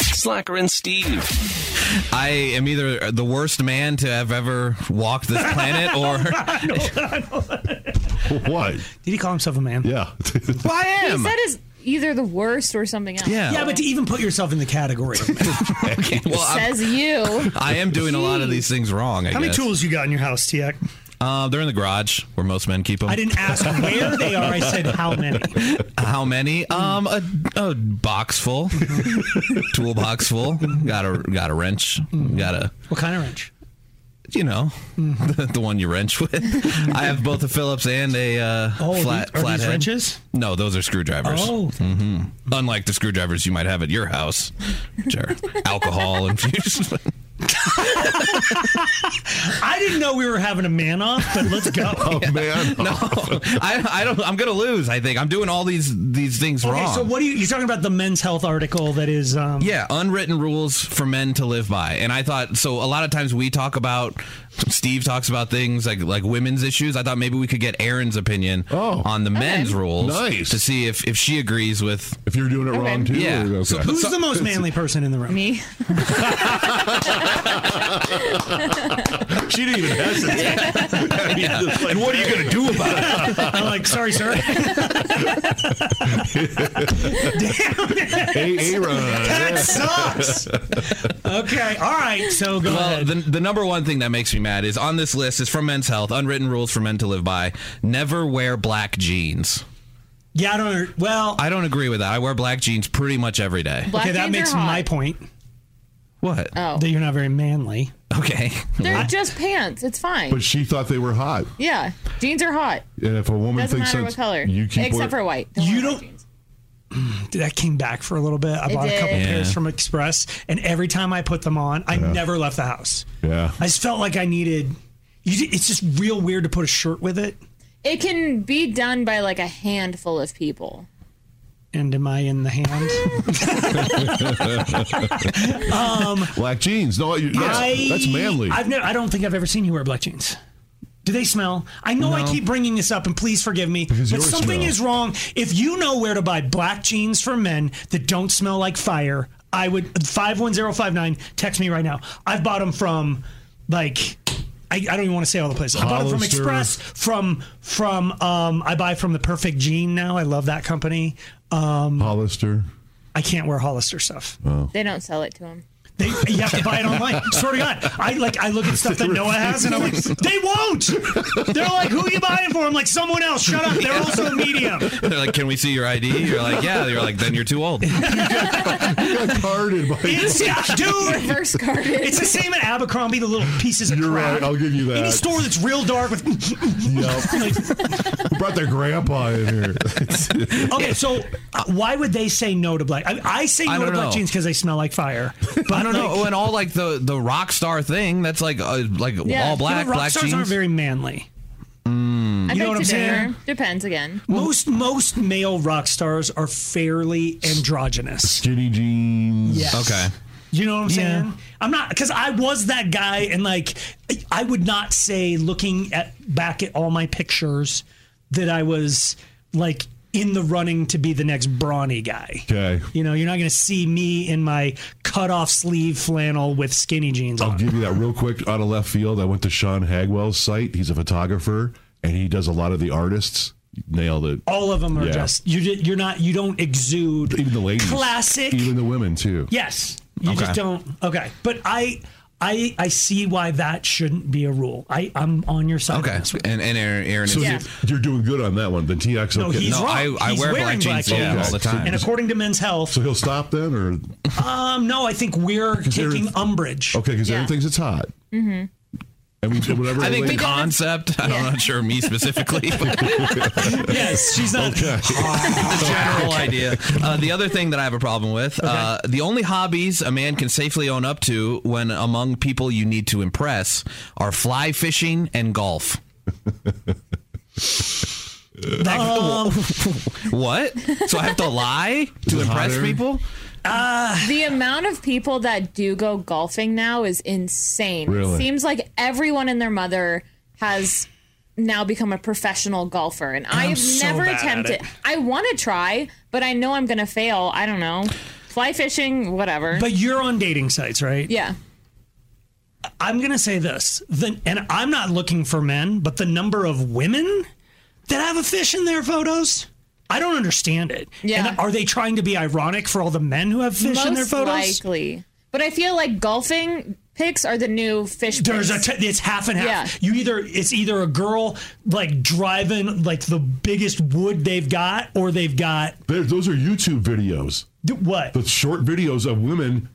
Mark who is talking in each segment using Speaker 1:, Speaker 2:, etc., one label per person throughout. Speaker 1: Slacker and Steve.
Speaker 2: I am either the worst man to have ever walked this planet, or
Speaker 3: What?
Speaker 4: Did he call himself a man?
Speaker 3: Yeah.
Speaker 2: Well, I
Speaker 5: He
Speaker 2: am.
Speaker 5: said is either the worst or something else.
Speaker 2: yeah.
Speaker 4: Yeah, but to even put yourself in the category. of man.
Speaker 2: well, I'm,
Speaker 5: Says you.
Speaker 2: I am doing a lot of these things wrong. I
Speaker 6: How many
Speaker 2: guess.
Speaker 6: tools you got in your house, Tiak?
Speaker 2: Uh, they're in the garage where most men keep them.
Speaker 4: I didn't ask where they are. I said how many.
Speaker 2: How many? Um, a, a box full, toolbox full. Got a got a wrench. Got a
Speaker 4: What kind of wrench?
Speaker 2: you know the, the one you wrench with. I have both a Phillips and a uh,
Speaker 4: Oh,
Speaker 2: flat
Speaker 4: these, are
Speaker 2: flathead.
Speaker 4: these wrenches?
Speaker 2: No, those are screwdrivers.
Speaker 4: Oh,
Speaker 2: Unlike the screwdrivers you might have at your house, which are alcohol infused.
Speaker 4: I didn't know we were having a man off, but let's go.
Speaker 3: Oh, man.
Speaker 2: I, I don't. I'm gonna lose. I think I'm doing all these these things
Speaker 4: Okay,
Speaker 2: wrong.
Speaker 4: so what are you? You're talking about the men's health article that is. Um,
Speaker 2: Yeah, unwritten rules for men to live by. And I thought so a lot of times we talk about Steve talks about things like like women's issues. I thought maybe we could get Aaron's opinion
Speaker 3: Oh.
Speaker 2: on the men's rules
Speaker 3: Nice.
Speaker 2: to see if if she agrees with
Speaker 3: If you're doing it wrong, too.
Speaker 2: Yeah.
Speaker 3: okay.
Speaker 2: So-
Speaker 4: Who's the most manly person in the room?
Speaker 5: Me.
Speaker 3: she didn't even hesitate. I mean, just like-
Speaker 2: And what are you going to do about it?
Speaker 4: I'm like, sorry, sir.
Speaker 3: Hey, Aaron.
Speaker 4: that sucks. Okay, all right. So go
Speaker 2: Well,
Speaker 4: ahead.
Speaker 2: the, the number one thing that makes me mad is on this list is from Men's Health, unwritten rules for men to live by. Never wear black jeans.
Speaker 4: yeah, I don't. Well,
Speaker 2: I don't agree with that. I wear black jeans pretty much every day.
Speaker 5: Black
Speaker 4: okay, that
Speaker 5: jeans
Speaker 4: makes
Speaker 5: are hot.
Speaker 4: my point
Speaker 2: What?
Speaker 5: Oh.
Speaker 4: that you're not very manly.
Speaker 2: Okay.
Speaker 5: They're just pants. It's fine.
Speaker 3: But she thought they were hot.
Speaker 5: yeah. Jeans are hot.
Speaker 3: And if a woman
Speaker 5: Doesn't
Speaker 3: thinks
Speaker 5: matter what
Speaker 3: that's-
Speaker 5: color.
Speaker 3: you keep
Speaker 5: Except
Speaker 3: wear-
Speaker 5: for white.
Speaker 4: You
Speaker 5: wear
Speaker 4: don't-
Speaker 5: white jeans.
Speaker 4: Dude, that came back for a little bit. I
Speaker 5: It
Speaker 4: bought a couple
Speaker 5: did.
Speaker 4: pairs
Speaker 2: Yeah.
Speaker 4: from Express, and every time I put them on, I never left the house.
Speaker 3: Yeah.
Speaker 4: I just felt like I needed. You, it's just real weird to put a shirt with it.
Speaker 5: It can be done by like a handful of people.
Speaker 4: And am I in the hand?
Speaker 3: Black jeans. No, you, that's,
Speaker 4: I,
Speaker 3: that's manly.
Speaker 4: I've never, I don't think I've ever seen you wear black jeans. Do they smell? I know I keep bringing this up, and please forgive me, but
Speaker 3: yours
Speaker 4: something
Speaker 3: smell.
Speaker 4: is wrong. If you know where to buy black jeans for men that don't smell like fire, I would five one zero five nine. Text me right now. I've bought them from like. I, I don't even want to say all the places. I bought them from
Speaker 3: Hollister.
Speaker 4: Express, from from um, I buy from the Perfect Jean now. I love that company. Um,
Speaker 3: Hollister.
Speaker 4: I can't wear Hollister stuff.
Speaker 5: They don't sell it to them.
Speaker 4: They, you have to buy it online. Swear to God, I like I look at stuff that Noah has, and I'm like, they won't. They're like, who are you buying for? I'm like, someone else. Shut up. They're also a medium.
Speaker 2: They're like, can we see your ID? You're like, yeah. You're like, then you're too old.
Speaker 3: You got carded by.
Speaker 4: It's dude.
Speaker 5: Reverse carded.
Speaker 4: It's the same at Abercrombie. The little pieces of
Speaker 3: You're
Speaker 4: crap.
Speaker 3: right. I'll give you that.
Speaker 4: Any store that's real dark with.
Speaker 3: Yep. Who brought their grandpa in here?
Speaker 4: okay, so uh, why would they say no to black? I, I say
Speaker 2: I
Speaker 4: no to
Speaker 2: don't
Speaker 4: black
Speaker 2: know.
Speaker 4: jeans because they smell like fire. But
Speaker 2: I don't know.
Speaker 4: like,
Speaker 2: Oh, and all like the the rock star thing. That's like uh, like
Speaker 5: Yeah.
Speaker 2: all black,
Speaker 4: you know, rock
Speaker 2: black
Speaker 4: stars
Speaker 2: jeans.
Speaker 4: aren't very manly.
Speaker 3: Mm.
Speaker 5: I
Speaker 4: know
Speaker 5: beg
Speaker 4: what
Speaker 5: to
Speaker 4: I'm
Speaker 5: differ.
Speaker 4: saying?
Speaker 5: Depends again.
Speaker 4: Most most male rock stars are fairly androgynous.
Speaker 3: Skinny jeans.
Speaker 4: Yes.
Speaker 2: okay.
Speaker 4: You know what I'm
Speaker 6: Yeah.
Speaker 4: saying? I'm not because I was that guy, and like I- I would not say looking at back at all my pictures that I was like in the running to be the next brawny guy.
Speaker 3: Okay.
Speaker 4: You know, you're not going to see me in my cut off sleeve flannel with skinny jeans
Speaker 3: I'll
Speaker 4: on.
Speaker 3: give Oh, you that real quick out of left field. I went to Sean Hagwell's site. He's a photographer and he does a lot of the artists. nailed it.
Speaker 4: All of them are
Speaker 3: Yeah.
Speaker 4: just you. di- You're not. You don't exude
Speaker 3: Even the ladies.
Speaker 4: classic.
Speaker 3: Even the women too.
Speaker 4: Yes. You
Speaker 2: Okay.
Speaker 4: just don't. Okay. But I, I, I see why that shouldn't be a rule. I, I'm on your side. on
Speaker 2: Okay,
Speaker 4: this one.
Speaker 2: and and Aaron, Aaron is
Speaker 3: So
Speaker 5: Yeah.
Speaker 3: you're, you're doing good on that one. The TX.
Speaker 4: No,
Speaker 3: okay.
Speaker 4: he's
Speaker 2: No,
Speaker 4: wrong.
Speaker 2: I- I
Speaker 4: He's
Speaker 2: wear
Speaker 4: wearing
Speaker 2: black jeans, yeah,
Speaker 3: all the time.
Speaker 4: And according to Men's Health,
Speaker 3: So he'll stop then, or
Speaker 4: um, no, I think we're
Speaker 3: there-
Speaker 4: taking umbrage.
Speaker 3: okay, because
Speaker 5: Yeah.
Speaker 3: everything's it's hot. Mm-hmm. And we whatever.
Speaker 2: I think
Speaker 3: the
Speaker 2: the
Speaker 3: lady-
Speaker 2: concept. I'm not sure me specifically, but
Speaker 4: Yes, she's not.
Speaker 2: general idea. Uh, the other thing that I have a problem with: uh, the only hobbies a man can safely own up to when among people you need to impress are fly fishing and golf.
Speaker 4: That-
Speaker 2: Um, What? So I have to lie to
Speaker 3: it hot,
Speaker 2: impress
Speaker 3: Aaron?
Speaker 2: people?
Speaker 5: The amount of people that do go golfing now is insane.
Speaker 3: Really?
Speaker 5: It seems like everyone and their mother has now become a professional golfer, and I've
Speaker 4: so
Speaker 5: never
Speaker 4: bad at
Speaker 5: attempted.
Speaker 4: it.
Speaker 5: I want to try, but I know I'm going to fail. I don't know. Fly fishing, whatever.
Speaker 4: but you're on dating sites, right?
Speaker 5: yeah.
Speaker 4: I'm gonna say this, the, and I'm not looking for men, but the number of women that have a fish in their photos, I don't understand it.
Speaker 5: Yeah.
Speaker 4: And are they trying to be ironic for all the men who have fish in their
Speaker 5: Most
Speaker 4: photos?
Speaker 5: likely. But I feel like golfing pics are the new fish
Speaker 4: There's a
Speaker 5: pics.
Speaker 4: t- it's half and half.
Speaker 5: Yeah.
Speaker 4: You either it's either a girl like driving like the biggest wood they've got, or they've got
Speaker 3: There- those are YouTube videos.
Speaker 4: d- what?
Speaker 3: The short videos of women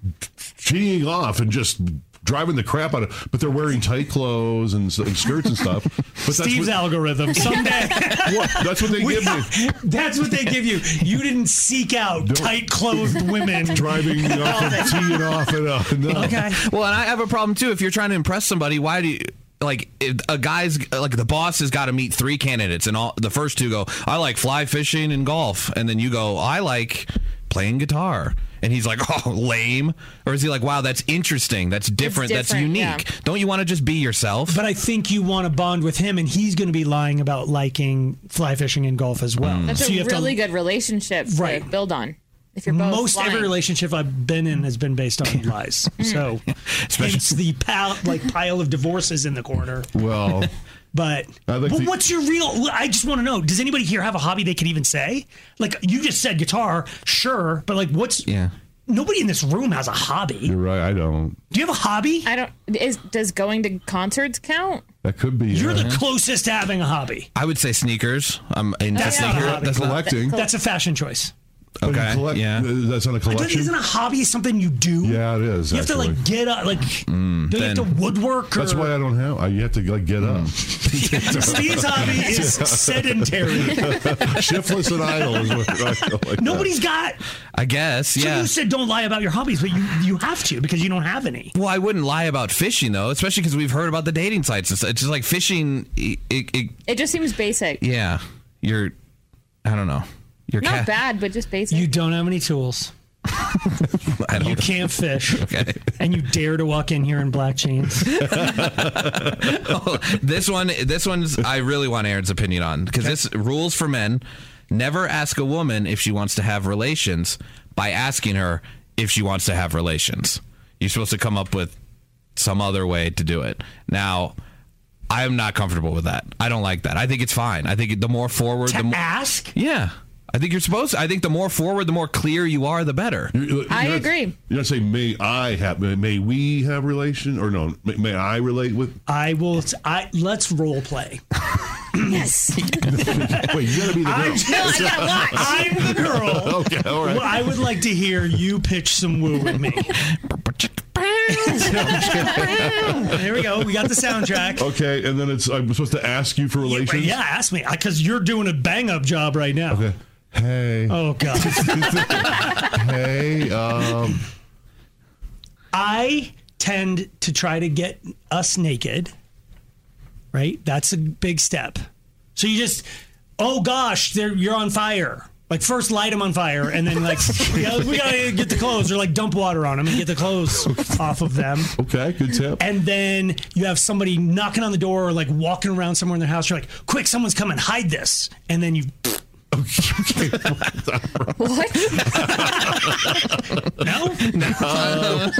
Speaker 3: cheating off and just driving the crap out of. But they're wearing tight clothes and, s- and skirts and stuff. But that's
Speaker 4: Steve's
Speaker 3: what,
Speaker 4: algorithm. Someday
Speaker 3: what- that's what they
Speaker 4: We-
Speaker 3: give me.
Speaker 4: that's what they give you. You didn't seek out tight clothed women.
Speaker 3: Driving uh, off and teeing off and uh, no.
Speaker 4: Okay.
Speaker 2: Well, and I have a problem too. If you're trying to impress somebody, why do you? Like if a guy's like the boss has got to meet three candidates, and all the first two go, I like fly fishing and golf, and then you go, I like playing guitar, and he's like, oh, lame, or is he like, wow, that's interesting, that's different, that's
Speaker 5: different,
Speaker 2: unique.
Speaker 5: yeah.
Speaker 2: Don't you want to just be yourself?
Speaker 4: But I think you want to bond with him, and he's going to be lying about liking fly fishing and golf as
Speaker 3: Mm.
Speaker 4: well.
Speaker 5: That's
Speaker 4: So you
Speaker 5: a
Speaker 4: have
Speaker 5: really
Speaker 4: to,
Speaker 5: good relationship to
Speaker 4: Right.
Speaker 5: build on. If you're both
Speaker 4: Most every
Speaker 5: flying.
Speaker 4: relationship I've been in has been based on lies. So,
Speaker 2: Especially-
Speaker 4: hence the pile, like pile of divorces in the corner.
Speaker 3: Well,
Speaker 4: But
Speaker 3: I like
Speaker 4: well,
Speaker 3: the-
Speaker 4: what's your real? I just want to know. Does anybody here have a hobby they could even say? Like you just said, guitar, sure, but like what's?
Speaker 2: Yeah.
Speaker 4: Nobody in this room has a hobby.
Speaker 3: you're right. I don't.
Speaker 4: Do you have a hobby?
Speaker 5: I don't. Is does going to concerts count?
Speaker 3: That could be.
Speaker 4: You're
Speaker 3: uh,
Speaker 4: the closest to having a hobby.
Speaker 2: I would say sneakers. I'm into
Speaker 4: That's not a
Speaker 2: sneakers.
Speaker 4: hobby.
Speaker 2: That's not
Speaker 3: collecting.
Speaker 4: That's a fashion choice.
Speaker 3: But you
Speaker 2: okay.
Speaker 3: collect- uh,
Speaker 2: yeah.
Speaker 3: That's not a
Speaker 4: Doesn't-
Speaker 3: collection.
Speaker 4: Isn't a hobby something you do?
Speaker 3: yeah, it is.
Speaker 4: You have to
Speaker 3: actually. Mm,
Speaker 4: like get up, like do you have to
Speaker 2: then-
Speaker 4: woodwork? Or,
Speaker 3: That's why I don't have. I, you have to like get up.
Speaker 4: Hmm. Steve's hobby is sedentary.
Speaker 3: Shiftless and idle is what I feel like.
Speaker 4: Nobody's got.
Speaker 2: I guess.
Speaker 4: So
Speaker 2: Yeah.
Speaker 4: you said don't lie about your hobbies, but you you have to because you don't have any.
Speaker 2: Well, I wouldn't lie about fishing though, especially because we've heard about the dating sites. and stuff. It's just like fishing. It, it, it-
Speaker 5: It just seems basic.
Speaker 2: yeah, you're. I don't know. You're
Speaker 5: Not
Speaker 2: ca-
Speaker 5: bad, but just basic.
Speaker 4: don't have any tools.
Speaker 2: I don't
Speaker 4: You can't fish,
Speaker 2: Okay.
Speaker 4: and you dare to walk in here in black jeans.
Speaker 2: this one. This one's. I really want Aaron's opinion on because this rules for men. Never ask a woman if she wants to have relations by asking her if she wants to have relations. You're supposed to come up with some other way to do it. Now, I am not comfortable with that. I don't like that. I think it's fine. I think the more forward, the
Speaker 4: to
Speaker 2: more.
Speaker 4: ask.
Speaker 2: Yeah. I think you're supposed to. I think the more forward, the more clear you are, the better.
Speaker 3: You're-
Speaker 5: I
Speaker 3: you're not-
Speaker 5: agree.
Speaker 3: You're not saying may I have, may- may we have relation, or no, may, may I relate with?
Speaker 4: I will. I let's role play.
Speaker 5: yes.
Speaker 3: Wait, you gotta be the girl.
Speaker 5: no, I gotta watch.
Speaker 4: I'm the girl.
Speaker 3: okay, all right.
Speaker 4: Well, I would like to hear you pitch some woo with me. there we go. We got the soundtrack.
Speaker 3: okay, and then it's I'm supposed to ask you for relations.
Speaker 4: Yeah, ask me because you're doing a bang up job right now.
Speaker 3: Okay. Hey.
Speaker 4: Oh god,
Speaker 3: hey. Um,
Speaker 4: I tend to try to get us naked. Right, that's a big step. So you just, oh gosh, they're, you're on fire. Like first light them on fire, and then like yeah, we gotta get the clothes, or like dump water on them and get the clothes off of them.
Speaker 3: okay. Good tip.
Speaker 4: and then you have somebody knocking on the door or like walking around somewhere in their house. You're like, quick, someone's coming, hide this. And then you,
Speaker 5: What?
Speaker 4: no?
Speaker 3: uh,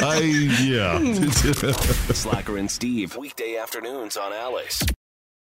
Speaker 3: I yeah.
Speaker 1: Slacker and Steve, weekday afternoons on Alice.